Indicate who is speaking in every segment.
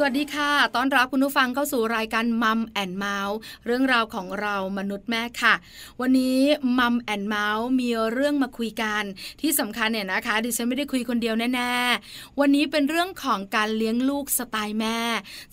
Speaker 1: สวัสดีค่ะ ต้อนรับคุณผู้ฟังเข้าสู่รายการมัมแอนเมาส์เรื่องราวของเรามนุษย์แม่ค่ะ วันนี้มัมแอนเมาส์มีเรื่องมาคุยกัน ที่สำคัญเนี่ยนะคะ ดิฉันไม่ได้คุยคนเดียวแน่ๆ วันนี้เป็นเรื่องของการเลี้ยงลูกสไตล์แม่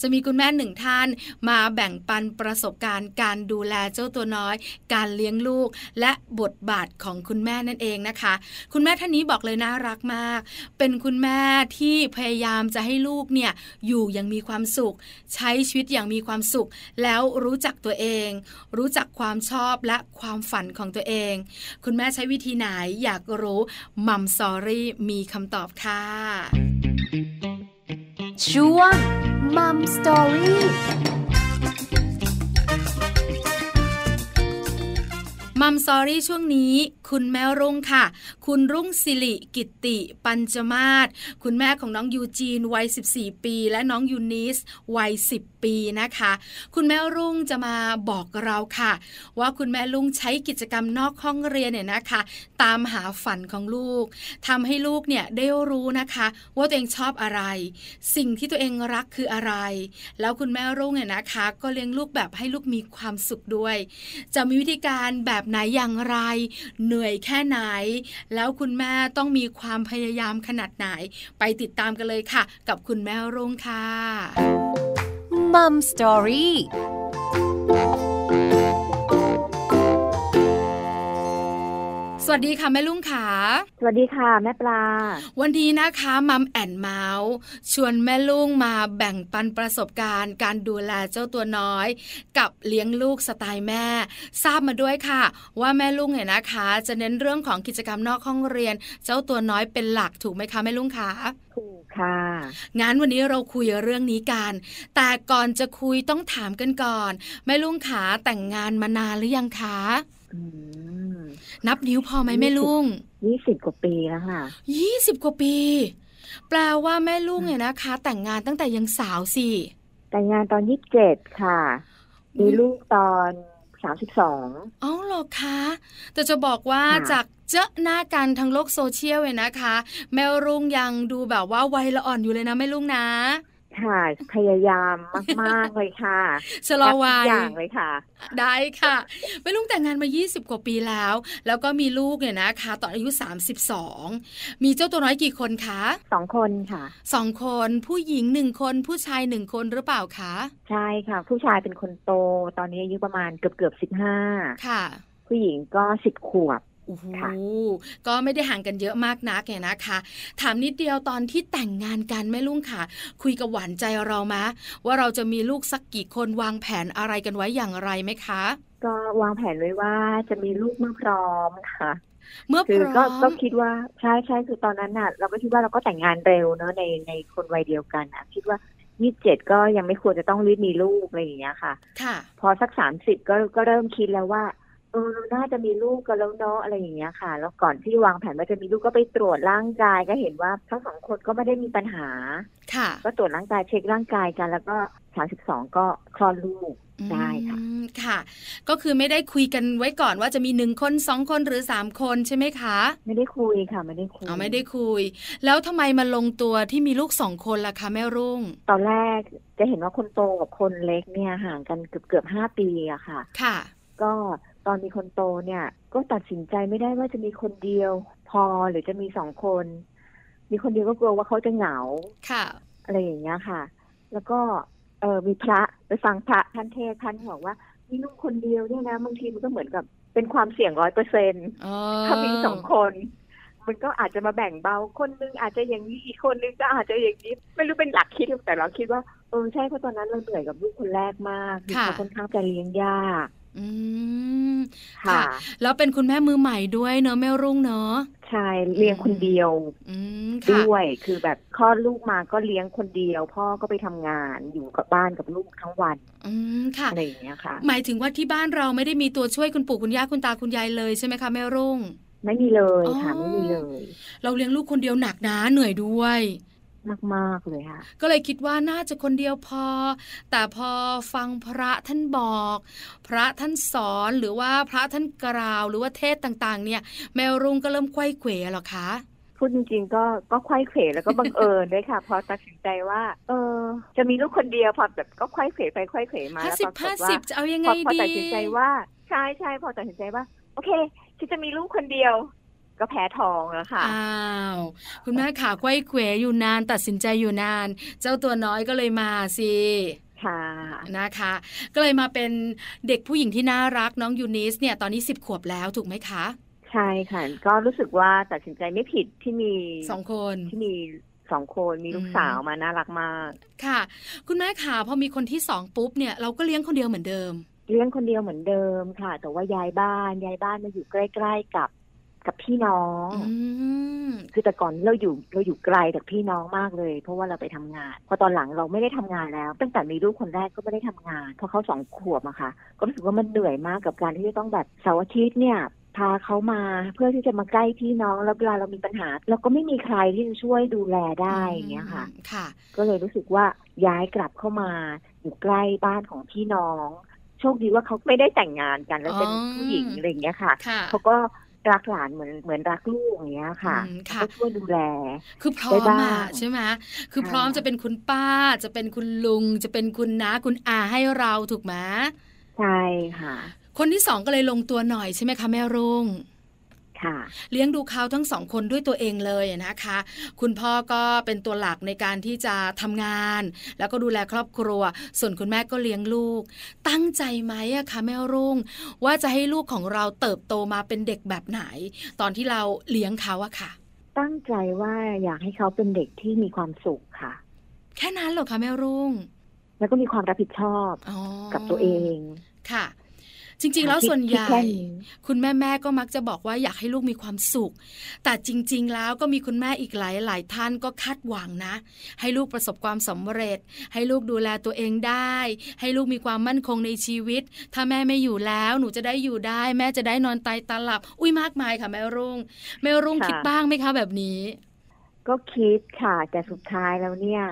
Speaker 1: จะมีคุณแม่หนึ่งท่าน มาแบ่งปันประสบการณ์การดูแลเจ้าตัวน้อย การเลี้ยงลูก และบทบาทของคุณแม่นั่นเองนะคะ คุณแม่ท่านนี้บอกเลยน่ารักมาก เป็นคุณแม่ที่พยายามจะให้ลูกเนี่ยอยู่อย่างมีความสุข ใช้ชีวิตอย่างมีความสุข แล้วรู้จักตัวเอง รู้จักความชอบและความฝันของตัวเอง คุณแม่ใช้วิธีไหนอยากรู้มัมซอรี่มีคำตอบค่ะ
Speaker 2: ช่วงมัมสตอรี่
Speaker 1: มัมซอรี่ช่วงนี้ คุณแม่รุ่งค่ะ คุณรุ่งสิริกิตติ ปัญจมาศคุณแม่ของน้องยูจีนวัย 14 ปี และน้องยูนิสวัย 10 ปีนะคะ คุณแม่รุ่งจะมาบอกเราค่ะ ว่าคุณแม่รุ่งใช้กิจกรรมนอกห้องเรียนเนี่ยนะคะ ตามหาฝันของลูกทำให้ลูกเนี่ยได้รู้นะคะ ว่าตัวเองชอบอะไร สิ่งที่ตัวเองรักคืออะไร แล้วคุณแม่รุ่งเนี่ยนะคะ ก็เลี้ยงลูกแบบให้ลูกมีความสุขด้วย จะมีวิธีการแบบไหนอย่างไร เหนื่อยแค่ไหน แล้วคุณแม่ต้องมีความพยายามขนาดไหน ไปติดตามกันเลยค่ะ กับคุณแม่รุ่งค่ะ
Speaker 2: มัมสตอรี่
Speaker 1: สวัสดีค่ะ แม่ลุงค่ะ
Speaker 3: สวัสดีค่ะ แม่ปลา
Speaker 1: วันนี้นะคะมัมแอนเมาส์ชวนแม่ลุงมาแบ่งปันประสบการณ์ การดูแลเจ้าตัวน้อย กับเลี้ยงลูกสไตล์แม่ ทราบมาด้วยค่ะ ว่าแม่ลุงเนี่ยนะคะ จะเน้นเรื่องของกิจกรรมนอกห้องเรียน เจ้าตัวน้อยเป็นหลักถูกไหมคะแม่ลุงคะ
Speaker 3: ถูกค่ะ
Speaker 1: งั้นวันนี้เราคุยเรื่องนี้กัน แต่ก่อนจะคุยต้องถามกันก่อน แม่ลุงขาแต่งงานมานานหรือยังคะ
Speaker 3: อืม
Speaker 1: นับนิ้วพอไหมแม่ลุง
Speaker 3: ยี่สิบกว่าปีแล้วค่ะ
Speaker 1: ยี่สิบกว่าปี แปลว่าแม่ลูกเนี่ยนะคะ แต่งงานตั้งแต่ยังสาวสิ
Speaker 3: แต่งงานตอนยี่สิบเจ็ดค่ะ มีลูกตอนสามสิบสอง
Speaker 1: เอ้าเหรอคะแต่จะบอกว่า
Speaker 3: ค่ะ
Speaker 1: จากเจอหน้ากันทางโลกโซเชียลเนี่ยนะคะ แม่รุ่งยังดูแบบว่าวัยละอ่อนอยู่เลยนะแม่ลุงนะ
Speaker 3: ค่ะ พยายามมาก ๆ เลย ค่ะ
Speaker 1: ชะลอวั
Speaker 3: ทุก
Speaker 1: ย
Speaker 3: อย่างเลยค่ะ
Speaker 1: ได้ค่ะแม่ลุงแต่งงานมา 20 กว่าปีแล้ว แล้วก็มีลูกเนี่ยนะคะ ตอนอายุ 32 มีเจ้าตัวน้อยกี่คนคะ
Speaker 3: สองคนค่ะ
Speaker 1: สองคนผู้หญิงหนึ่งคนผู้ชายหนึ่งคนหรือเปล่าคะ
Speaker 3: ใช่ค่ะ ผู้ชายเป็นคนโต ตอนนี้อายุประมาณเกือบเกือบสิบห้า
Speaker 1: ค่ะ
Speaker 3: ผู้หญิงก็สิบขวบ
Speaker 1: โอ้โห
Speaker 3: ค่ะ
Speaker 1: ก็ไม่ได้ห่างกันเยอะมากนักเนี่ยนะคะ ถามนิดเดียวตอนที่แต่งงานกันแม่ลุงค่ะ คุยกับหวานใจเรามะ ว่าเราจะมีลูกสักกี่คนวางแผนอะไรกันไว้อย่างไรไหมคะ
Speaker 3: ก็วางแผนไว้ว่าจะมีลูกเมื่อพร้อมค่ะ
Speaker 1: เมื่อพ
Speaker 3: คือก็
Speaker 1: ร้อ
Speaker 3: ก็
Speaker 1: ม
Speaker 3: คิดว่าใช่ใช่คือตอนนั้นน่ะ เราก็คิดว่าเราก็แต่งงานเร็วเนอะในในคนวัยเดียวกันอ่ะ คิดว่ายี่สิบเจ็ดก็ยังไม่ควรจะต้องรีบมีลูกอะไรอย่างเงี้ยค่ะ
Speaker 1: ค่ะ
Speaker 3: พอสักสามสิบก็ก็เริ่มคิดแล้วว่าเออเราน่าจะมีลูกกันแล้วเนาะอะไรอย่างเงี้ยค่ะ แล้วก่อนที่วางแผนว่าจะมีลูกก็ไปตรวจร่างกายก็เห็นว่าทั้งสองคนก็ไม่ได้มีปัญหา
Speaker 1: ค่ะ
Speaker 3: ก็ตรวจร่างกายเช็คร่างกายกัน แล้วก็สามสิบสองก็คลอดลูก ได้ค่ะ
Speaker 1: อืมค่ะ ก็คือไม่ได้คุยกันไว้ก่อนว่าจะมีหนึ่งคนสองคนหรือสามคนใช่ไหมคะ
Speaker 3: ไม่ได้คุยค่ะ ไม่ได้คุย
Speaker 1: อ๋อไม่ได้คุย แล้วทำไมมาลงตัวที่มีลูกสองคนล่ะคะแม่รุ่ง
Speaker 3: ตอนแรกจะเห็นว่าคนโตกับคนเล็กเนี่ยห่างกันเกือบเกือบห้าปีอะค่ะ
Speaker 1: ค่ะ
Speaker 3: ก็ตอนมีคนโตเนี่ย ก็ตัดสินใจไม่ได้ว่าจะมีคนเดียว พอหรือจะมีสองคน มีคนเดียวก็กลัวว่าเขาจะเหงา
Speaker 1: ค่ะ
Speaker 3: อะไรอย่างเงี้ยค่ะ แล้วก็เออมีพระไปฟังพระท่านเทศน์ท่านบอกว่ามีลูกคนเดียวเนี่ยนะบางทีมันก็เหมือนกับเป็นความเสี่ยงร้อยเปอร์เซ็นต์
Speaker 1: เออ
Speaker 3: ถ้ามีสองคน มันก็อาจจะมาแบ่งเบาคนนึงอาจจะอย่างนี้อีกคนนึงก็อาจจะอย่างนี้ ไม่รู้เป็นหลักคิดหรือแต่เราคิดว่าเออใช่เพราะตอนนั้นเราเหนื่อยกับลูกคนแรกมาก
Speaker 1: ค่ะ
Speaker 3: เขาค่อนข้างจะเลี้ยงยาก
Speaker 1: อืม ค่ะ แล้วเป็นคุณแม่มือใหม่ด้วยเนอะแม่รุ่งเนอะ
Speaker 3: ใช่เลี้ยงคนเดียว
Speaker 1: อืมค่ะ
Speaker 3: ด้วยคือแบบคลอดลูกมาก็เลี้ยงคนเดียว พ่อก็ไปทำงานอยู่กับบ้านกับลูกทั้งวัน
Speaker 1: อืมค่ะ
Speaker 3: อะไรอย่างเงี้ยค่ะ
Speaker 1: หมายถึงว่าที่บ้านเราไม่ได้มีตัวช่วยคุณปู่คุณย่าคุณตาคุณยายเลยใช่ไหมคะแม่รุ่ง
Speaker 3: ไม่มีเลยค่ะ
Speaker 1: อ๋อ
Speaker 3: ไม่มีเลย
Speaker 1: เราเลี้ยงลูกคนเดียวหนักนะเหนื่อยด้วย
Speaker 3: มาก ๆ เลยค่ะ
Speaker 1: ก็เลยคิดว่าน่าจะคนเดียวพอ แต่พอฟังพระท่านบอก พระท่านสอนหรือว่าพระท่านกล่าว หรือว่าเทศต่างๆ เนี่ย แมวรุงก็เริ่มไขว้เขวเหรอคะ
Speaker 3: พูดจริงๆ ก็ก็ไขว้เขว แล้วก็บังเอิญด้วยค่ะ พอตัดสินใจว่า เออ จะมีลูกคนเดียวพอแบบก็ไขว้เขวไปไขว้เขวมา
Speaker 1: ห้า
Speaker 3: แล้ว
Speaker 1: สิ
Speaker 3: ป
Speaker 1: บ
Speaker 3: รากฏ
Speaker 1: ห้า
Speaker 3: ว่า
Speaker 1: สิบจะเอายั
Speaker 3: พ
Speaker 1: งไง
Speaker 3: อพอ
Speaker 1: ดี
Speaker 3: ตัดสินใจว่าใช่ใช่พอตัดสินใจว่า โอเคฉันจะมีลูกคนเดียว ก็แพ้ทองแล้วค่ะ
Speaker 1: อ้าวคุณแม่ขาไกว้เขวอยู่นานตัดสินใจอยู่นาน เจ้าตัวน้อยก็เลยมาสิ
Speaker 3: ค่ะ
Speaker 1: นะคะ ก็เลยมาเป็นเด็กผู้หญิงที่น่ารักน้องยูนิสเนี่ยตอนนี้สิบขวบแล้วถูกไหมคะ
Speaker 3: ใช่ค่ะ ก็รู้สึกว่าตัดสินใจไม่ผิดที่มี
Speaker 1: สองคน
Speaker 3: ที่มีสองคนมีลูก
Speaker 1: อืม
Speaker 3: สาวมาน่ารักมาก
Speaker 1: ค่ะ คุณแม่ขาพอมีคนที่สองปุ๊บเนี่ยเราก็เลี้ยงคนเดียวเหมือนเดิม
Speaker 3: เลี้ยงคนเดียวเหมือนเดิมค่ะ แต่ว่าย้ายบ้านย้ายบ้านมาอยู่ใกล้ ๆกับกับพี่น้อง
Speaker 1: อืม
Speaker 3: คือแต่ก่อนเราอยู่เราอยู่ไกลจากพี่น้องมากเลย เพราะว่าเราไปทำงาน พอตอนหลังเราไม่ได้ทำงานแล้ว ตั้งแต่มีลูกคนแรกก็ไม่ได้ทำงานพอเขาสองขวบอะค่ะ ก็รู้สึกว่ามันเหนื่อยมากกับการที่จะต้องแบบเสาร์อาทิตย์เนี่ย พาเขามาเพื่อที่จะมาใกล้พี่น้องแล้วเวลาเรามีปัญหา เราก็ไม่มีใครที่จะช่วยดูแลได้อย่างเงี้ยค่ะ
Speaker 1: ค่ะ
Speaker 3: ก็เลยรู้สึกว่าย้ายกลับเข้ามาอยู่ใกล้บ้านของพี่น้อง โชคดีว่าเขาไม่ได้แต่งงานกันแล้วเป็น
Speaker 1: อ๋อ
Speaker 3: ผู้หญิงอะไรอย่างเงี้ยค่ะ
Speaker 1: ค่ะ
Speaker 3: เขาก็รักหลานเหมือนเหมือนรักลูกอย่างเงี้ยค่ะ
Speaker 1: อืมค่ะ
Speaker 3: ก็ช่วยดูแล
Speaker 1: คือพร้อม
Speaker 3: ได้บ้า
Speaker 1: อ่ะ
Speaker 3: ง
Speaker 1: ใช่ไหมคือ
Speaker 3: ค่ะ
Speaker 1: พร้อมจะเป็นคุณป้า จะเป็นคุณลุง จะเป็นคุณน้าคุณอาให้เราถูกไหม
Speaker 3: ใช่ค่ะ
Speaker 1: คนที่สองก็เลยลงตัวหน่อยใช่ไหมคะแม่รุ่ง
Speaker 3: ค่ะ
Speaker 1: เลี้ยงดูเขาทั้งสองคนด้วยตัวเองเลยนะคะ คุณพ่อก็เป็นตัวหลักในการที่จะทำงาน แล้วก็ดูแลครอบครัว ส่วนคุณแม่ก็เลี้ยงลูก ตั้งใจไหมอะคะแม่รุ่ง ว่าจะให้ลูกของเราเติบโตมาเป็นเด็กแบบไหน ตอนที่เราเลี้ยงเขาอะค่ะ
Speaker 3: ตั้งใจว่าอยากให้เขาเป็นเด็กที่มีความสุขค่ะ
Speaker 1: แค่นั้นเหรอคะแม่รุ่ง
Speaker 3: แล้วก็มีความรับผิดชอบ
Speaker 1: อ๋อ
Speaker 3: กับตัวเอง
Speaker 1: ค่ะ จริงๆ แล้ว
Speaker 3: คิด
Speaker 1: ส่วนใหญ่
Speaker 3: คิดแค่นี้
Speaker 1: คุณแม่แม่ๆก็มักจะบอกว่าอยากให้ลูกมีความสุข แต่จริง ๆ แล้วก็มีคุณแม่อีกหลายหลายๆท่านก็คาดหวังนะ ให้ลูกประสบความสำเร็จ ให้ลูกดูแลตัวเองได้ ให้ลูกมีความมั่นคงในชีวิต ถ้าแม่ไม่อยู่แล้วหนูจะได้อยู่ได้ แม่จะได้นอนตายตาหลับ อุ้ยมากมายค่ะแม่รุ่งแม่รุ่งคิดบ้างไหมคะแบบนี้
Speaker 3: ก็คิดค่ะ แต่สุดท้ายแล้วเนี่ย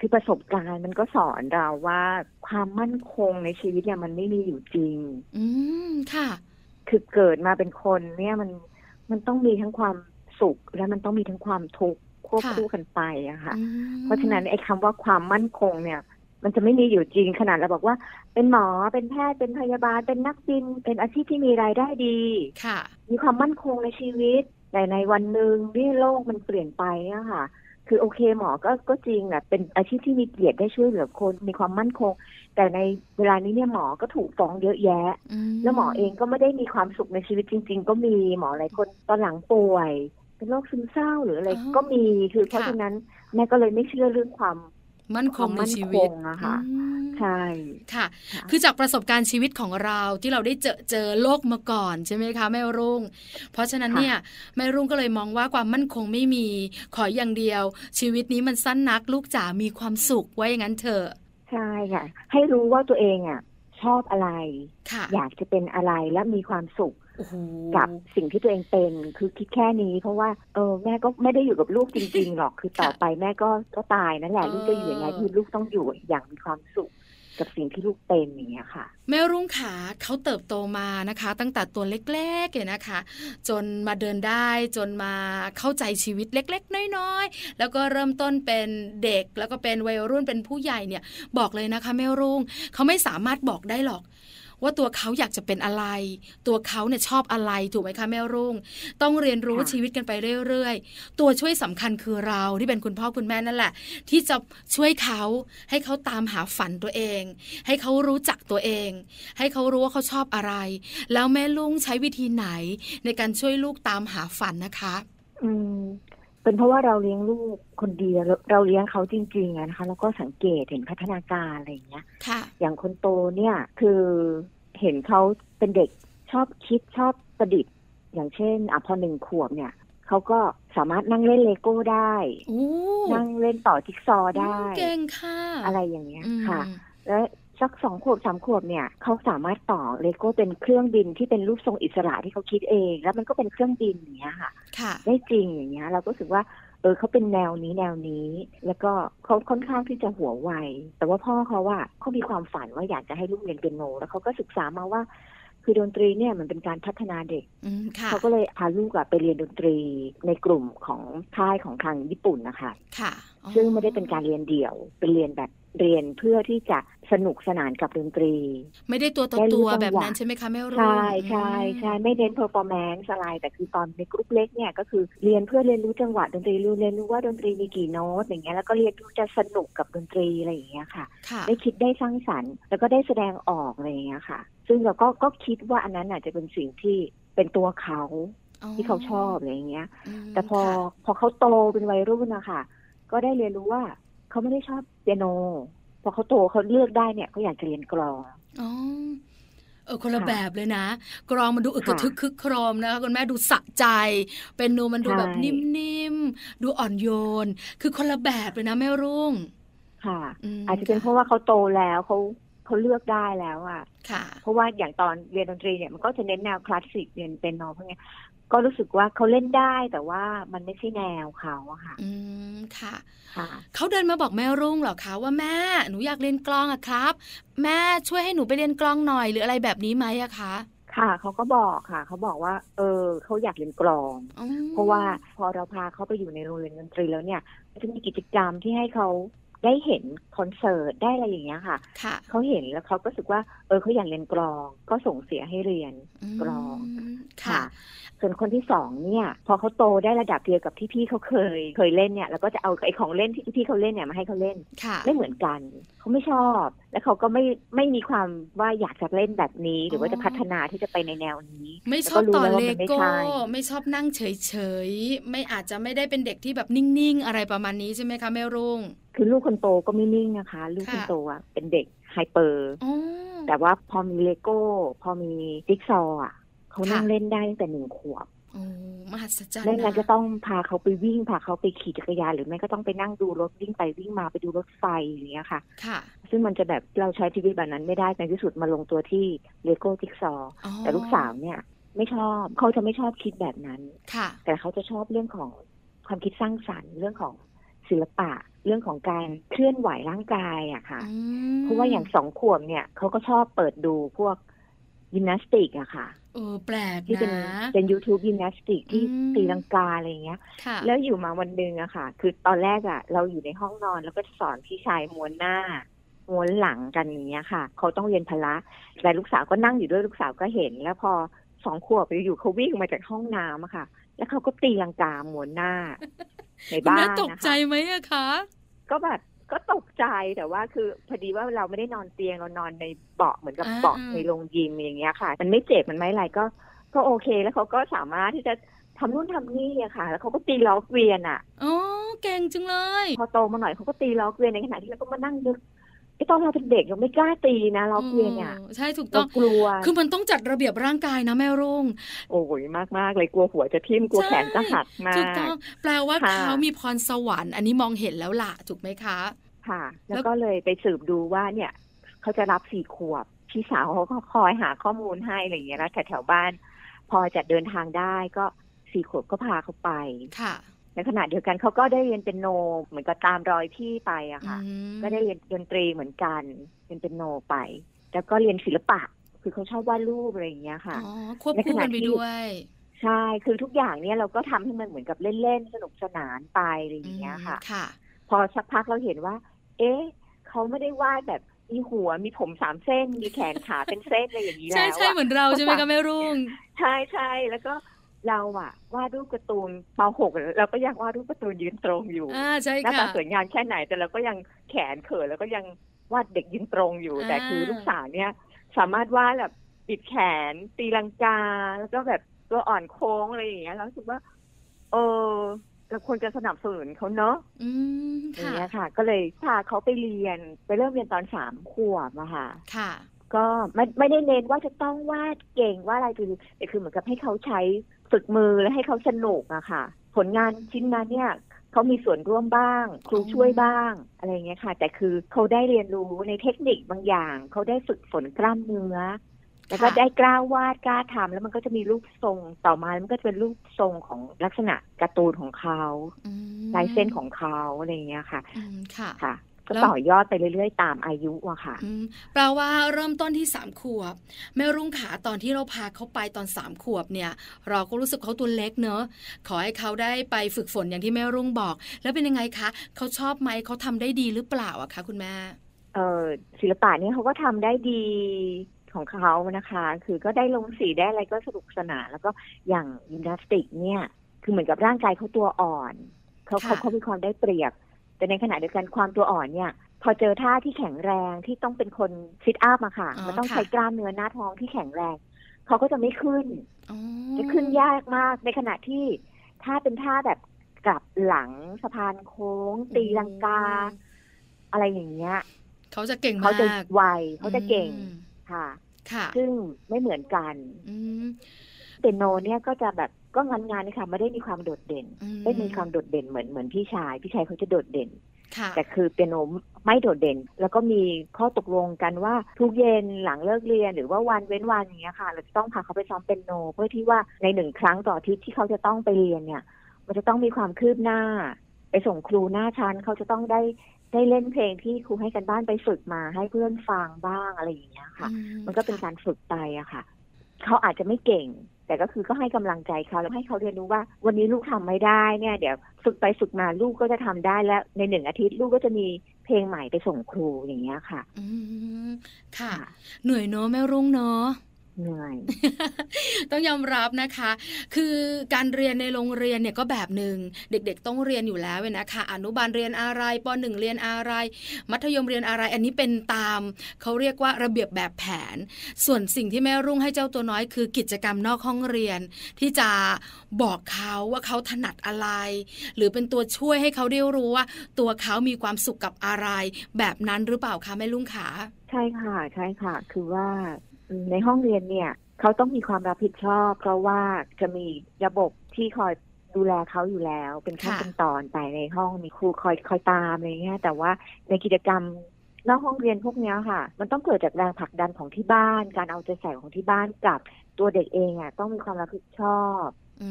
Speaker 3: คือประสบการณ์มันก็สอนเราว่าความมั่นคงในชีวิตเนี่ยมันไม่มีอยู่จริง
Speaker 1: อืมค่ะ
Speaker 3: คือเกิดมาเป็นคนเนี่ยมันมันต้องมีทั้งความสุข และมันต้องมีทั้งความทุกข์ควบ
Speaker 1: ค่ะ
Speaker 3: คู่กันไปอะค่ะ
Speaker 1: อืม
Speaker 3: เพราะฉะนั้นไอ้คำว่าความมั่นคงเนี่ย มันจะไม่มีอยู่จริงขนาดเราบอกว่า เป็นหมอเป็นแพทย์เป็นพยาบาล เป็นนักบิน เป็นอาชีพที่มีรายได้ดี
Speaker 1: ค่ะ
Speaker 3: มีความมั่นคงในชีวิตแต่ในวันหนึ่งที่โลกมันเปลี่ยนไปอะค่ะ คือโอเคหมอก็ก็จริงแหละเป็นอาชีพที่มีเกียรติได้ช่วยเหลือคนมีความมั่นคง แต่ในเวลานี้เนี่ยหมอก็ถูกฟ้องเยอะแยะ
Speaker 1: อื
Speaker 3: แล้วหมอเองก็ไม่ได้มีความสุขในชีวิตจริง ๆ ก็มีหมอหลายคนตอนหลังป่วย เป็นโรคซึมเศร้าหรืออะไรก็มีคือเพราะฉะนั้นแม่ก็เลยไม่เชื่อเรื่องความ
Speaker 1: มั่นคงในชีวิต
Speaker 3: ความมั่นคงอะค่ะ
Speaker 1: อืม
Speaker 3: ใช่
Speaker 1: ค่ะ
Speaker 3: ค่ะ
Speaker 1: คือจากประสบการณ์ชีวิตของเราที่เราได้เจอเจอโลกมาก่อนใช่ไหมคะแม่รุ่ง เพราะฉะนั้นเนี่ยแม่รุ่งก็เลยมองว่าความมั่นคงไม่มี ขออย่างเดียว ชีวิตนี้มันสั้นนักลูกจ๋ามีความสุขไว้อย่างนั้นเถอะ
Speaker 3: ใช่ค่ะ ให้รู้ว่าตัวเองอ่ะชอบอะไร
Speaker 1: ค่ะ
Speaker 3: อยากจะเป็นอะไรและมีความสุข
Speaker 1: โอ้โห
Speaker 3: กับสิ่งที่ตัวเองเป็น คือคิดแค่นี้ เพราะว่าเออแม่ก็ไม่ได้อยู่กับลูกจริง ๆ หรอกคือต่อไปแม่ก็ก็ตายนั่นแหละลูกจะอยู่ยังไงคือลูกต้องอยู่อย่างมีความสุข กับสิ่งที่ลูกเป็นอย่างเงี้ยค่ะ
Speaker 1: แม่รุ่งขาเขาเติบโตมานะคะ ตั้งแต่ตัวเล็กๆเนี่ยนะคะ จนมาเดินได้จนมาเข้าใจชีวิตเล็ก ๆ น้อยๆ แล้วก็เริ่มต้นเป็นเด็กแล้วก็เป็นวัยรุ่นเป็นผู้ใหญ่เนี่ย บอกเลยนะคะแม่รุ่งเขาไม่สามารถบอกได้หรอก ว่าตัวเขาอยากจะเป็นอะไร ตัวเขาเนี่ยชอบอะไรถูกไหมคะแม่รุ่ง ต้องเรียนรู้
Speaker 3: ค่ะ
Speaker 1: ชีวิตกันไปเรื่อยๆ ตัวช่วยสำคัญคือเราที่เป็นคุณพ่อคุณแม่นั่นแหละ ที่จะช่วยเขาให้เขาตามหาฝันตัวเอง ให้เขารู้จักตัวเอง ให้เขารู้ว่าเขาชอบอะไร แล้วแม่ลุงใช้วิธีไหน ในการช่วยลูกตามหาฝันนะคะ
Speaker 3: อืม เป็นเพราะว่าเราเลี้ยงลูกคนเดียวเราเลี้ยงเขาจริงๆอะนะคะ แล้วก็สังเกตเห็นพัฒนาการอะไรอย่างเงี้ย
Speaker 1: ค่ะ
Speaker 3: อย่างคนโตเนี่ยคือเห็นเขาเป็นเด็กชอบคิดชอบประดิษฐ์ อย่างเช่นอ่ะพอหนึ่งขวบเนี่ยเขาก็สามารถนั่งเล่นเลโก้ได้
Speaker 1: โอ้
Speaker 3: นั่งเล่นต่อจิ๊กซอว์ได้
Speaker 1: เก่งค่ะ
Speaker 3: อะไรอย่างเงี้ย
Speaker 1: อืม
Speaker 3: ค่ะ และสักสองขวบสามขวบเนี่ยเขาสามารถต่อเลโก้เป็นเครื่องบินที่เป็นรูปทรงอิสระที่เขาคิดเอง แล้วมันก็เป็นเครื่องบินอย่างเงี้ยค่ะ
Speaker 1: ค่ะ
Speaker 3: ได้จริงอย่างเงี้ย เราก็รู้สึกว่าเอ อเขาเป็นแนวนี้แนวนี้ แล้วก็เขาค่อนข้างที่จะหัวไวแต่ว่าพ่อเขาว่าเขามีความฝันว่าอยากจะให้ลูกเรียนเปียโน แล้วเขาก็ศึกษามาว่า คือดนตรีเนี่ยมันเป็นการพัฒนาเด็ก
Speaker 1: อืมค่ะ
Speaker 3: เขาก็เลยพาลูกอะไปเรียนดนตรีในกลุ่มของค่ายของทางญี่ปุ่นนะคะ
Speaker 1: ค่ะอ๋อ
Speaker 3: ซึ่งไม่ได้เป็นการเรียนเดี่ยว เป็นเรียนแบบเรียนเพื่อที่จะสนุกสนานกับดนตรี
Speaker 1: ไม่ได้ตัวต่อ
Speaker 3: ได้รู้
Speaker 1: ตั
Speaker 3: จังห
Speaker 1: ว
Speaker 3: วะ
Speaker 1: แบบนั้นใช่ไหมคะแม่รุ่ง
Speaker 3: ใช่ใช่ใช่
Speaker 1: อืม
Speaker 3: ไม่เน้นเพอร์ฟอร์แมนซ์อะไร แต่คือตอนในกรุ๊ปเล็กเนี่ยก็คือเรียนเพื่อเรียนรู้จังหวะดนตรีรู้เรียนรู้ว่าดนตรีมีกี่โน้ตอย่างเงี้ยแล้วก็เรียนรู้จะสนุกกับดนตรีอะไรอย่างเงี้ยค่ะ
Speaker 1: ค่ะ
Speaker 3: ได้คิดได้สร้างสรรค์ แล้วก็ได้แสดงออกอะไรอย่างเงี้ยค่ะ ซึ่งเราก็ก็คิดว่าอันนั้นอาจจะเป็นสิ่งที่เป็นตัวเขา
Speaker 1: อ๋อ
Speaker 3: ที่เขาชอบอะไรอย่างเงี้ย
Speaker 1: ม
Speaker 3: แต่พอ
Speaker 1: ค่ะ
Speaker 3: พอเขาโตเป็นวัยรุ่นนะคะก็ได้เรียนรู้ว่าเขาไม่ได้ชอบเปียโน พอเขาโตเขาเลือกได้เนี่ยเขาอยากจะเรียนกลอง
Speaker 1: อ๋อเออคนละ
Speaker 3: ค่ะ
Speaker 1: แบบเลยนะ กรองมันดูอึกกระ
Speaker 3: ค่ะ
Speaker 1: ทึกคึกโครมนะคะคุณแม่ดูสะใจ เป็นโนมันดู
Speaker 3: ใช่
Speaker 1: แบบนิ่มๆดูอ่อนโยน คือคนละแบบเลยนะแม่รุ่ง
Speaker 3: ค่ะ
Speaker 1: ม
Speaker 3: อาจจะเป็น
Speaker 1: ค่
Speaker 3: เพราะว่าเขาโตแล้วเขาเขาเลือกได้แล้วอะ
Speaker 1: ค่ะ
Speaker 3: เพราะว่าอย่างตอนเรียนดนตรีเนี่ยมันก็จะเน้นแนวคลาสสิกเรียนเป็นโนพวกเนี้ยก็รู้สึกว่าเขาเล่นได้แต่ว่ามันไม่ใช่แนวเขาอะค่ะ
Speaker 1: อืมค่ะ
Speaker 3: ค่ะ
Speaker 1: เขาเดินมาบอกแม่รุ่งเหรอคะว่าแม่หนูอยากเรียนกลองอะครับ แม่ช่วยให้หนูไปเรียนกลองหน่อยหรืออะไรแบบนี้ไหมอะคะ
Speaker 3: ค่ะเขาก็บอกค่ะเขาบอกว่า เออเขาอยากเรียนกลอง
Speaker 1: อืม
Speaker 3: เพราะว่าพอเราพาเขาไปอยู่ในโรงเรียนดนตรีแล้วเนี่ยมันจะมีกิจกรรมที่ให้เขาได้เห็นคอนเสิร์ตได้อะไรอย่างเงี้ยค่ะ
Speaker 1: ค่ะ
Speaker 3: เขาเห็นแล้วเขาก็รู้สึกว่าเออเขาอยากเรียนกลองก็ส่งเสียให้เรียน กลอง
Speaker 1: มค่ะ
Speaker 3: ส่วนคนที่สองเนี่ย พอเขาโตได้ระดับเดียวกับที่พี่เขาเคย เคยเล่นเนี่ยแล้วก็จะเอาไอ้ของเล่นที่พี่เขาเล่นเนี่ยมาให้เขาเล่น
Speaker 1: ค่ะ
Speaker 3: ไม่เหมือนกันเขาไม่ชอบ และเขาก็ไม่ไม่มีความว่าอยากจะเล่นแบบนี้ หรือว่าจะพัฒนาที่จะไปในแนวนี้
Speaker 1: ไม่ชอบต่อ
Speaker 3: แล้วก็รู้
Speaker 1: เล
Speaker 3: แล้วว่ามันไม่
Speaker 1: โก้
Speaker 3: ใช่
Speaker 1: ไม่ชอบนั่งเฉยๆไม่อาจจะไม่ได้เป็นเด็กที่แบบนิ่งๆ อะไรประมาณนี้ใช่ไหมคะแม่รุ่ง
Speaker 3: คือลูกคนโตก็ไม่นิ่งนะคะ ลูกคน
Speaker 1: ค่ะ
Speaker 3: โตอะเป็นเด็กไฮเปอร์
Speaker 1: อ๋อ
Speaker 3: แต่ว่าพอมีเลโก้ พอมีจิ๊กซอว์อ่ะเขานั่ง
Speaker 1: ค่ะ
Speaker 3: เล่นได้ตั้งแต่หนึ่งขวบ
Speaker 1: โอ้มหัศจรรย์
Speaker 3: ไม่งั้น
Speaker 1: นะ
Speaker 3: จะต้องพาเขาไปวิ่งพาเขาไปขี่จักรยานหรือไม่ก็ต้องไปนั่งดูรถวิ่งไปวิ่งมาไปดูรถไฟอย่างเงี้ยค่ะ
Speaker 1: ค่ะ
Speaker 3: ซึ่งมันจะแบบเราใช้ชีวิตแบบนั้นไม่ได้ในที่สุดมาลงตัวที่เลโก้จิ๊กซอว์
Speaker 1: อ๋อ
Speaker 3: แต่ลูกสาวเนี่ยไม่ชอบเขาจะไม่ชอบคิดแบบนั้น
Speaker 1: ค่ะ
Speaker 3: แต่เขาจะชอบเรื่องของความคิดสร้างสรรค์ เรื่องของศิลปะ เรื่องของการเคลื่อนไหวร่างกายอะค่ะ
Speaker 1: อืม
Speaker 3: เพราะว่าอย่างสองขวบเนี่ยเขาก็ชอบเปิดดูพวกยิมนาสติกอะค่ะ
Speaker 1: เออแปลก
Speaker 3: ที่เป็น
Speaker 1: นะ
Speaker 3: เป็น YouTube ยิมนาสติกที่
Speaker 1: อืม
Speaker 3: ตีลังกาอะไรอย่างเงี้ย
Speaker 1: ค่ะ
Speaker 3: แล้วอยู่มาวันหนึ่งอะค่ะ คือตอนแรกอะเราอยู่ในห้องนอนแล้วก็สอนพี่ชายม้วนหน้าม้วนหลังกันอย่างเงี้ยค่ะ เขาต้องเรียนพละแต่ลูกสาวก็นั่งอยู่ด้วยลูกสาวก็เห็น แล้วพอสองขวบอยู่ๆเขาวิ่งมาจากห้องน้ำอะค่ะ แล้วเขาก็ตีลังกาม้วนห น้า ใน
Speaker 1: คุณ
Speaker 3: บ้าน
Speaker 1: แม่
Speaker 3: นะคะ
Speaker 1: ตกใจไหมอะคะ
Speaker 3: ก็แบบก็ตกใจแต่ว่าคือพอดีว่าเราไม่ได้นอนเตียงเรานอนในเบาะเหมือนกับ
Speaker 1: อ่า
Speaker 3: เบาะ
Speaker 1: อ่า
Speaker 3: ในโรงยิมอย่างเงี้ยค่ะ มันไม่เจ็บมันไม่อะไรก็ก็โอเคแล้วเขาก็สามารถที่จะทำนู่นทำนี่อะค่ะ แล้วเขาก็ตีล้อเกวียนอ่ะ
Speaker 1: อ๋อเก่งจังเลย
Speaker 3: พอโตมาหน่อยเขาก็ตีล้อเกวียนในขณะที่เราก็มานั่งนึกไอ้ตอนเราเป็นเด็กเราไม่กล้าตีนะล้อเกวียนเนี่ย
Speaker 1: ใช่ถูกต้
Speaker 3: เรา
Speaker 1: อง
Speaker 3: กลัว
Speaker 1: คือมันต้องจัดระเบียบร่างกายนะแม่รุ่ง
Speaker 3: โอ้ยมากมากๆเลยกลัวหัวจะทิ่มกลัว
Speaker 1: ใช่
Speaker 3: แขนจะหักมา
Speaker 1: ถู
Speaker 3: ก
Speaker 1: กต้องแปลว่า
Speaker 3: ค่ะ
Speaker 1: เขามีพรสวรรค์อันนี้มองเห็นแล้วล่ะถูกไหมคะ
Speaker 3: ค่ะ
Speaker 1: แล้
Speaker 3: แล้ว วก็เลยไปสืบดูว่าเนี่ย เขาจะรับสี่ขวบ พี่สาวเขาก็คอยหาข้อมูลให้อะไรอย่างเงี้ยแล้วแถวแถวๆบ้าน พอจะเดินทางได้ก็สี่ขวบก็พาเขาไป
Speaker 1: ค่ะ
Speaker 3: ในขณะเดียวกันเขาก็ได้เรียนเป็นโน เหมือนกับตามรอยพี่ไปอะค่ะ
Speaker 1: อืม
Speaker 3: ก็ได้เรียนดนตรีเหมือนกันเรียนเป็นโนไป แล้วก็เรียนศิลปะ คือเขาชอบวาดรูปอะไรอย่างเงี้ยค่ะ
Speaker 1: อ๋อควบคู่กันไปด้วย
Speaker 3: ใช่คือทุกอย่างเนี่ยเราก็ทำให้มันเหมือนกับเล่นๆสนุกสนานไปอะไรอย่างเงี้ยค่ะ
Speaker 1: อืมค่ะ
Speaker 3: พอสักพักเราเห็นว่า เอ๊ะ เขาไม่ได้วาดแบบมีหัว มีผมสามเส้น มีแขนขา เป็นเส้นอะไรอย่างนี้
Speaker 1: ใช่
Speaker 3: แล้ว
Speaker 1: ใช่
Speaker 3: อะ
Speaker 1: เหมือนเราใช่ไหมคะแม่รุ่ง
Speaker 3: ใช่ใช่แล้วก็เราอะวาดรูปการ์ตูนปหกเราก็ยังวาดรูปการ์ตูนยืนตรงอยู่
Speaker 1: อ่าใช่
Speaker 3: หน้า
Speaker 1: ค่ะ
Speaker 3: ตาสวยงามแค่ไหนแต่เราก็ยังแขนเขินแล้วก็ยังวาดเด็กยืนตรงอยู่
Speaker 1: อ่า
Speaker 3: แต่คือลูกสาวเนี่ย สามารถวาดแบบปิดแขน ตีลังกา แล้วก็แบบตัวอ่อนโค้งอะไรอย่างเงี้ยแล้วรู้สึกว่า เออเราควรจะสนับสนุนเขาเนาะ
Speaker 1: อืม
Speaker 3: อย่าง
Speaker 1: ค่ะ
Speaker 3: เงี้ยค่ะ ก็เลยพาเขาไปเรียนไปเริ่มเรียนตอนสามขวบอะค่ะ
Speaker 1: ค่ะ
Speaker 3: ก็ไม่ไม่ได้เน้นว่าจะต้องวาดเก่งว่าดอะไรคือแต่คือเหมือนกับให้เขาใช้ฝึกมือและให้เขาสนุกอะค่ะ ผลงานชิ้นนั้นเนี่ยเขามีส่วนร่วมบ้าง ครู
Speaker 1: อ๋อ
Speaker 3: ช่วยบ้างอะไรอย่างเงี้ยค่ะ แต่คือเขาได้เรียนรู้ในเทคนิคบางอย่าง เขาได้ฝึกฝนกล้ามเนื้อ แล้วก็
Speaker 1: ค่ะ
Speaker 3: ได้กล้าวาดกล้าทำแล้วมันก็จะมีรูปทรงต่อมามันก็จะเป็นรูปทรงของลักษณะการ์ตูนของเขา
Speaker 1: อืม
Speaker 3: ลายเส้นของเขาอะไรอย่างเงี้ยค่ะ
Speaker 1: อืมค่ะ
Speaker 3: ค่ะ ก็
Speaker 1: แล้ว
Speaker 3: ต่อยอดไปเรื่อยๆ ตามอายุอะค่ะ
Speaker 1: อืมแปลว่าเริ่มต้นที่สามขวบ แม่รุ่งขาตอนที่เราพาเขาไปตอนสามขวบเนี่ย เราก็รู้สึกเขาตัวเล็กเนอะขอให้เขาได้ไปฝึกฝนอย่างที่แม่รุ่งบอก แล้วเป็นยังไงคะเขาชอบไหมเขาทำได้ดีหรือเปล่าอะคะคุณแม่
Speaker 3: เอ่อศิลปะเนี่ยเขาก็ทำได้ดีของเขานะคะ คือก็ได้ลงสีได้อะไรก็สนุกสนานแล้วก็อย่างยิมนาสติกเนี่ย คือเหมือนกับร่างกายเขาตัวอ่อนเขาเขา
Speaker 1: ค่ะ
Speaker 3: เขามีความได้เปรียบ แต่ในขณะเดียวกันความตัวอ่อนเนี่ย พอเจอท่าที่แข็งแรงที่ต้องเป็นคนซิทอัพมาค่ะ
Speaker 1: อ๋อ
Speaker 3: มันต้อง
Speaker 1: ค่ะ
Speaker 3: ใช้กล้ามเนื้อหน้าท้องที่แข็งแรงเขาก็จะไม่ขึ้น
Speaker 1: อ๋อ
Speaker 3: จะขึ้นยากมากในขณะที่ถ้าเป็นท่าแบบกลับหลังสะพานโค้ง ตีลังกา อะไรอย่างเงี้ย
Speaker 1: เขาจะเก่งมาก
Speaker 3: เขาจะไวเขาจะเก่ง
Speaker 1: อืม
Speaker 3: ค่ะ
Speaker 1: ค่ะ
Speaker 3: ซึ่งไม่เหมือนกัน
Speaker 1: อืม
Speaker 3: เปียโนเนี่ยก็จะแบบก็งานงานๆนะคะไม่ได้มีความโดดเด่น
Speaker 1: อื
Speaker 3: ไม่มีความโดดเด่นเหมือนเหมือนพี่ชาย พี่ชายเขาจะโดดเด่น
Speaker 1: ค่ะ
Speaker 3: แต่คือเปียโนไม่โดดเด่น แล้วก็มีข้อตกลงกันว่าทุกเย็นหลังเลิกเรียน หรือว่าวันเว้นวันอย่างเงี้ยค่ะ เราจะต้องพาเขาไปซ้อมเปียโน เพื่อที่ว่าในหนึ่งครั้งต่ออาทิตย์ที่เขาจะต้องไปเรียนเนี่ย มันจะต้องมีความคืบหน้า ไปส่งครูหน้าชั้นเขาจะต้องได้ได้เล่นเพลงที่ครูให้กันบ้านไปฝึกมาให้เพื่อนฟังบ้างอะไรอย่างเงี้ยค่ะ
Speaker 1: อื
Speaker 3: มันก็เป็น
Speaker 1: ค่ะ
Speaker 3: การฝึกไปอะค่ะ เขาอาจจะไม่เก่ง แต่ก็คือก็ให้กำลังใจเขาแล้วให้เขาเรียนรู้ว่า วันนี้ลูกทำไม่ได้เนี่ย เดี๋ยวฝึกไปฝึกมาลูกก็จะทำได้แล้วในหนึ่งอาทิตย์ลูกก็จะมีเพลงใหม่ไปส่งครูอย่างเงี้ยค่ะ
Speaker 1: อืมค่ะ เหนื่อยเนอะแม่รุ่งเนอะ
Speaker 3: เหนื่อย
Speaker 1: ต้องยอมรับนะคะ คือการเรียนในโรงเรียนเนี่ยก็แบบหนึ่งเด็กๆ ต้องเรียนอยู่แล้วเว้ยนะคะอนุบาลเรียนอะไรปหนึ่งเรียนอะไร มัธยมเรียนอะไร อันนี้เป็นตามเขาเรียกว่าระเบียบแบบแผน ส่วนสิ่งที่แม่รุ่งให้เจ้าตัวน้อยคือกิจกรรมนอกห้องเรียน ที่จะบอกเขาว่าเขาถนัดอะไร หรือเป็นตัวช่วยให้เขาได้รู้ว่า ตัวเขามีความสุขกับอะไร แบบนั้นหรือเปล่าคะแม่รุ่งขา
Speaker 3: ใช่ค่ะ ใช่ค่ะ คือว่าในห้องเรียนเนี่ย เขาต้องมีความรับผิดชอบ เพราะว่าจะมีระบบที่คอยดูแลเขาอยู่แล้ว เป็นขั้น
Speaker 1: ค่ะ
Speaker 3: เป็นตอนไปในห้องมีครูคอยคอยตามอะไรเงี้ยแต่ว่าในกิจกรรมนอกห้องเรียนพวกเนี้ยค่ะ มันต้องเกิดจากแรงผลักดันของที่บ้าน การเอาใจใส่ของที่บ้านกับตัวเด็กเองอ่ะต้องมีความรับผิดชอบ
Speaker 1: อื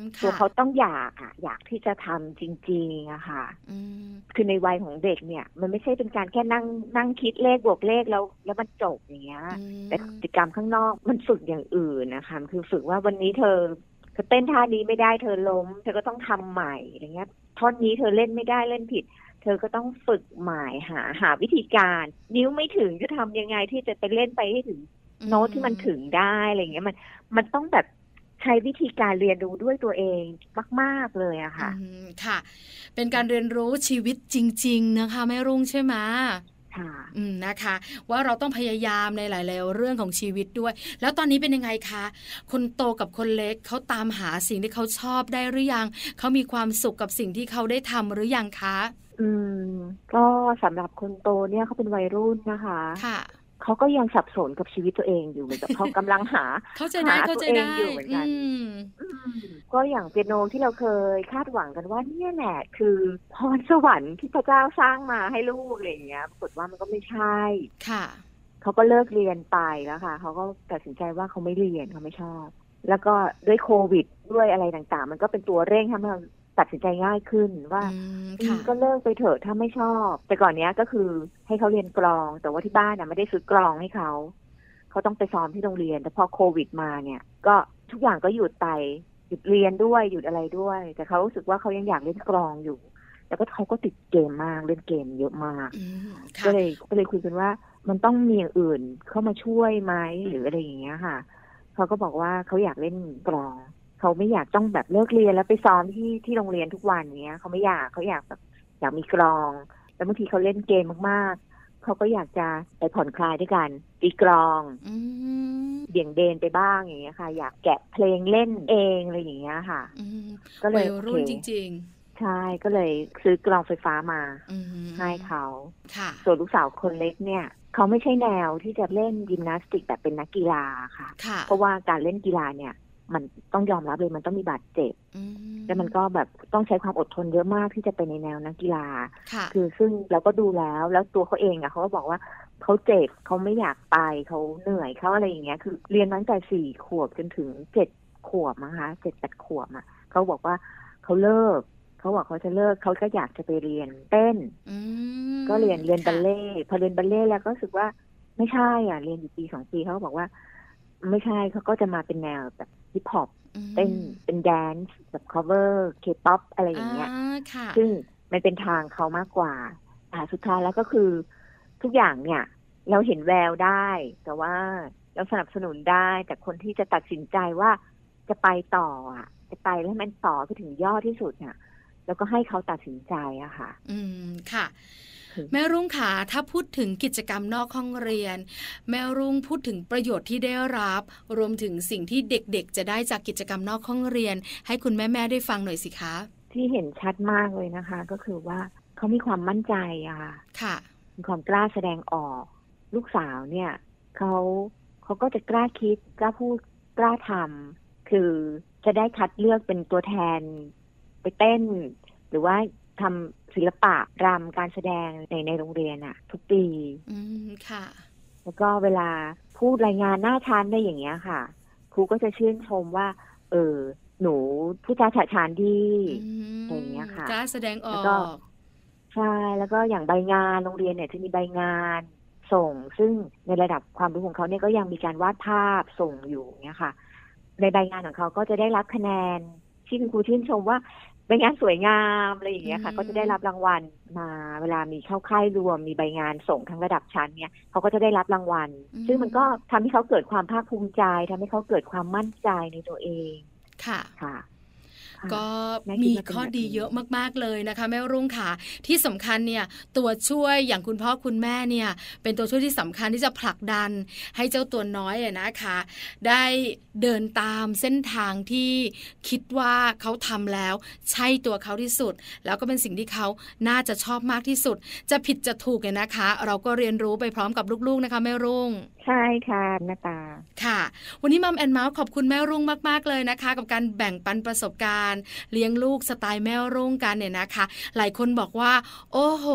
Speaker 1: ม
Speaker 3: ตัว
Speaker 1: ค่ะ
Speaker 3: เขาต้องอยากอ่ะอยากที่จะทำจริงๆอะค่ะ
Speaker 1: อืม
Speaker 3: คือในวัยของเด็กเนี่ย มันไม่ใช่เป็นการแค่นั่งนั่งคิดเลขบวกเลขแล้ว แล้วมันจบอย่างเงี้ย แต่กิจกรรมข้างนอกมันฝึกอย่างอื่นนะคะคือฝึกว่าวันนี้เธอเธอเต้นท่านี้ไม่ได้เธอล้ม เธอก็ต้องทำใหม่อะไรเงี้ยท่อนนี้เธอเล่นไม่ได้เล่นผิด เธอก็ต้องฝึกใหม่หาหาวิธีการ นิ้วไม่ถึงจะทำยังไงที่จะไปเล่นไปให้ถึงโน้ตที่มันถึงได้อะไรเงี้ยมันมันต้องแบบใช้วิธีการเรียนรู้ด้วยตัวเองมาก ๆเลยอะค่ะ
Speaker 1: อืมค่ะ เป็นการเรียนรู้ชีวิตจริง ๆ นะคะแม่รุ่งใช่ไหม
Speaker 3: ค่ะ
Speaker 1: อืมนะคะ ว่าเราต้องพยายามในหลายๆเรื่องของชีวิตด้วย แล้วตอนนี้เป็นยังไงคะ คนโตกับคนเล็กเขาตามหาสิ่งที่เขาชอบได้หรือยังเขามีความสุขกับสิ่งที่เขาได้ทำหรือยังคะ
Speaker 3: อืม ก็สำหรับคนโตเนี่ยเขาเป็นวัยรุ่นนะคะ
Speaker 1: ค่ะ
Speaker 3: เขาก็ยังสับสนกับชีวิตตัวเองอยู่เหมื อนกับเขากำลังหา
Speaker 1: เข้าใจได้
Speaker 3: หา
Speaker 1: เข้าใจ
Speaker 3: ตัวเอง
Speaker 1: ได้
Speaker 3: อยู่เหมือนกัน
Speaker 1: ม
Speaker 3: ก็อย่างเปียโนที่เราเคยคาดหวังกันว่าเนี่ยแหละคือพรสวรรค์ที่พระเจ้าสร้างมาให้ลูกอะไรอย่างเงี้ยปรากฏว่ามันก็ไม่ใช่
Speaker 1: ค่ะ
Speaker 3: เขาก็เลิกเรียนไปแล้วค่ะเขาก็ตัดสินใจว่าเขาไม่เรียนเขาไม่ชอบ แล้วก็ด้วยโควิดด้วยอะไรต่างๆ มันก็เป็นตัวเร่งทำให้เราตัดสินใจง่ายขึ้นว่า
Speaker 1: อืมค่ะ
Speaker 3: ก็เลิกไปเถอะถ้าไม่ชอบ แต่ก่อนเนี้ยก็คือให้เขาเรียนกลอง แต่ว่าที่บ้านน่ะไม่ได้ซื้อกลองให้เขา เขาต้องไปซ้อมที่โรงเรียน แต่พอโควิดมาเนี่ย ก็ทุกอย่างก็หยุดไปหยุดเรียนด้วยหยุดอะไรด้วย แต่เขารู้สึกว่าเขายังอยากเล่นกลองอยู่ แล้วก็เขาก็ติดเกมมากเล่นเกมเยอะมาก
Speaker 1: อืม
Speaker 3: ก็
Speaker 1: ค่ะ
Speaker 3: เลยก็เลยคุยกันว่า มันต้องมีอย่างอื่นเข้ามาช่วยไหมหรืออะไรอย่างเงี้ยค่ะเขาก็บอกว่าเขาอยากเล่นกลองเขาไม่อยากต้องแบบเลิกเรียนแล้วไปซ้อมที่ที่โรงเรียนทุกวันเงี้ยเขาไม่อยากเขาอยากแบบอยากมีกลอง แล้วบางทีเขาเล่นเกมมากๆเขาก็อยากจะไปผ่อนคลายด้วยกันตีกลอง
Speaker 1: อืม
Speaker 3: เบี่ยงเบนไปบ้างอย่างเงี้ยค่ะ อยากแกะเพลงเล่นเองอะไรอย่างเงี้ยค่ะ
Speaker 1: อืม
Speaker 3: ก็เล
Speaker 1: วั
Speaker 3: ย
Speaker 1: ย
Speaker 3: โอ
Speaker 1: รุ่น
Speaker 3: เค
Speaker 1: จริง
Speaker 3: ใช่ก็เลยซื้อกลองไฟฟ้ามา
Speaker 1: ๆอืม
Speaker 3: ให้เขา
Speaker 1: ค่ะ
Speaker 3: ส่วนลูกสาวคนเล็กเนี่ย เขาไม่ใช่แนวที่จะเล่นยิมนาสติกแบบเป็นนักกีฬาค่ะ
Speaker 1: ค่ะ
Speaker 3: เพราะว่าการเล่นกีฬาเนี่ย มันต้องยอมรับเลยมันต้องมีบาดเจ็บ
Speaker 1: อื
Speaker 3: แล้วมันก็แบบต้องใช้ความอดทนเยอะมากที่จะไปในแนวนักกีฬา
Speaker 1: ค่ะ
Speaker 3: คือซึ่งเราก็ดูแล้วแล้วตัวเขาเองอะเขาก็บอกว่า เขาเจ็บเขาไม่อยากไปเขาเหนื่อยเขาอะไรอย่างเงี้ย คือเรียนมาตั้งแต่สี่ขวบจนถึงเจ็ดขวบนะคะเจ็ดแปดขวบอ่ะเขาบอกว่าเขาเลิกเขาบอกเขาจะเลิกเขาก็อยากจะไปเรียนเต้น
Speaker 1: อืม
Speaker 3: ก็เรียนเรียน
Speaker 1: ค่ะ
Speaker 3: บัลเล่ต์พอเรียนบัลเล่ต์แล้วก็รู้สึกว่าไม่ใช่อ่ะ เรียนอยู่ปีสองปีเขาก็บอกว่า ไม่ใช่เขาก็จะมาเป็นแนวแบบฮิปฮอป
Speaker 1: อืม
Speaker 3: เต้นเป็นแดนซ์แบบ cover K-pop อะไรอย่างเงี้ย
Speaker 1: าค่ะ
Speaker 3: ซึ่งมันเป็นทางเขามากกว่า อ่าสุดท้ายแล้วก็คือทุกอย่างเนี่ย เราเห็นแววได้ แต่ว่าเราสนับสนุนได้ แต่คนที่จะตัดสินใจว่าจะไปต่ออ่ะ จะไปแล้วให้มันต่อไปถึงยอดที่สุดเนี่ยแล้วก็ให้เขาตัดสินใจอะค่ะ
Speaker 1: อืมค่ะ
Speaker 3: คือ
Speaker 1: แม่รุ่งขาถ้าพูดถึงกิจกรรมนอกห้องเรียน แม่รุ่งพูดถึงประโยชน์ที่ได้รับ รวมถึงสิ่งที่เด็กๆ จะได้จากกิจกรรมนอกห้องเรียน ให้คุณแม่ๆได้ฟังหน่อยสิคะ
Speaker 3: ที่เห็นชัดมากเลยนะคะ ก็คือว่าเขามีความมั่นใจอะค่ะ
Speaker 1: ค่ะ
Speaker 3: มีความกล้าแสดงออก ลูกสาวเนี่ยเขาเขาก็จะกล้าคิดกล้าพูดกล้าทำคือจะได้คัดเลือกเป็นตัวแทน ไปเต้น หรือว่าทำศิลปะรำการแสดงในในโรงเรียนอะทุกปี
Speaker 1: อืมค่ะ
Speaker 3: แล้วก็เวลาพูดรายงานหน้าชั้นได้อย่างเงี้ยค่ะ ครูก็จะชื่นชมว่า เออ หนูผู้จาฉะฉานดี
Speaker 1: อืม
Speaker 3: อะไรอย่างเงี้ยค่ะ
Speaker 1: กล้าแสดงออ
Speaker 3: แล้วก็
Speaker 1: ก
Speaker 3: ใช่ แล้วก็อย่างใบงานโรงเรียนเนี่ยจะมีใบงานส่ง ซึ่งในระดับความรู้ของเขาเนี่ยก็ยังมีการวาดภาพส่งอยู่เนี่ยค่ะ ในใบงานของเขาก็จะได้รับคะแนนที่คุณครูชื่นชมว่าใบงานสวยงามอะไรอย่างเงี้ยค่ะ
Speaker 1: อืม
Speaker 3: ก็จะได้รับรางวัลมา เวลามีเข้าค่ายรวม มีใบงานส่งทั้งระดับชั้นเนี่ยเขาก็จะได้รับรางวัล ซึ่งมันก็ทำให้เขาเกิดความภาคภูมิใจทำให้เขาเกิดความมั่นใจในตัวเอง
Speaker 1: ค่ะ
Speaker 3: ค่ะ
Speaker 1: ก็
Speaker 3: แม่คิดว่า
Speaker 1: มี
Speaker 3: เป็น
Speaker 1: ข้อ
Speaker 3: แบบ
Speaker 1: ดี
Speaker 3: นี้
Speaker 1: เยอะมากๆเลยนะคะแม่รุ่งค่ะ ที่สำคัญเนี่ยตัวช่วยอย่างคุณพ่อคุณแม่เนี่ยเป็นตัวช่วยที่สำคัญที่จะผลักดันให้เจ้าตัวน้อยอะนะคะ ได้เดินตามเส้นทางที่คิดว่าเขาทำแล้ว ใช่ตัวเขาที่สุด แล้วก็เป็นสิ่งที่เขาน่าจะชอบมากที่สุด จะผิดจะถูกเนี่ยนะคะ เราก็เรียนรู้ไปพร้อมกับลูกๆนะคะแม่รุ่ง
Speaker 3: ใช่ค่ะหน้าตา
Speaker 1: ค่ะ วันนี้มัมแอนเมาส์ขอบคุณแม่รุ่งมาก ๆ เลยนะคะ กับการแบ่งปันประสบการณ์ เลี้ยงลูกสไตล์แม่รุ่งกันเนี่ยนะคะ หลายคนบอกว่า โอ้โห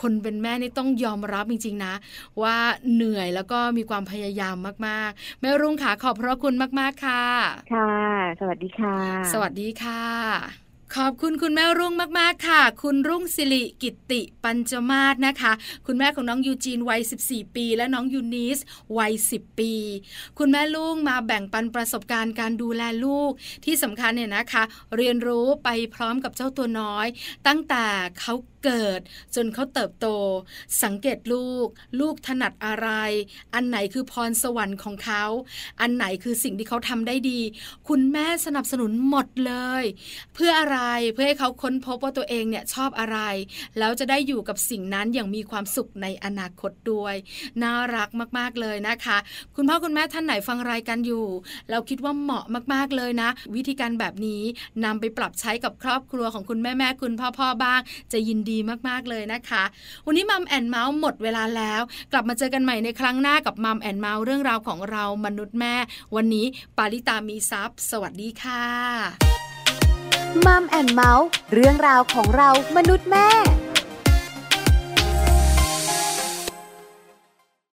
Speaker 1: คนเป็นแม่นี่ต้องยอมรับจริง ๆ นะ ว่าเหนื่อยแล้วก็มีความพยายามมาก ๆ แม่รุ่งค่ะขอบพระคุณมาก ๆ ค่ะ
Speaker 3: ค่ะ สวัสดีค่ะ
Speaker 1: สวัสดีค่ะ ขอบคุณคุณแม่รุ่งมาก ๆ ค่ะ คุณรุ่งสิริกิติปัญจมาศนะคะ คุณแม่ของน้องยูจีนวัย 14 ปี และน้องยูนิสวัย 10 ปี คุณแม่ลุงมาแบ่งปันประสบการณ์การดูแลลูก ที่สำคัญเนี่ยนะคะ เรียนรู้ไปพร้อมกับเจ้าตัวน้อย ตั้งแต่เขาเกิด จนเขาเติบโต สังเกตลูก ลูกถนัดอะไร อันไหนคือพรสวรรค์ของเขา อันไหนคือสิ่งที่เขาทำได้ดี คุณแม่สนับสนุนหมดเลย เพื่ออะไรเพื่อให้เขาค้นพบว่าตัวเองเนี่ยชอบอะไร แล้วจะได้อยู่กับสิ่งนั้นอย่างมีความสุขในอนาคตด้วย น่ารักมากๆเลยนะคะ คุณพ่อคุณแม่ท่านไหนฟังรายการอยู่ เราคิดว่าเหมาะมากๆเลยนะ วิธีการแบบนี้นำไปปรับใช้กับครอบครัวของคุณแม่แม่ๆคุณพ่อพ่อๆบ้าง จะยินดีมากๆเลยนะคะ วันนี้มัมแอนเมาส์หมดเวลาแล้ว กลับมาเจอกันใหม่ในครั้งหน้ากับมัมแอนเมาส์เรื่องราวของเรามนุษย์แม่ วันนี้ปาริตามีซัพย์ สวัสดีค่ะ
Speaker 2: มัมแอนเมาส์เรื่องราวของเรามนุษย์แม่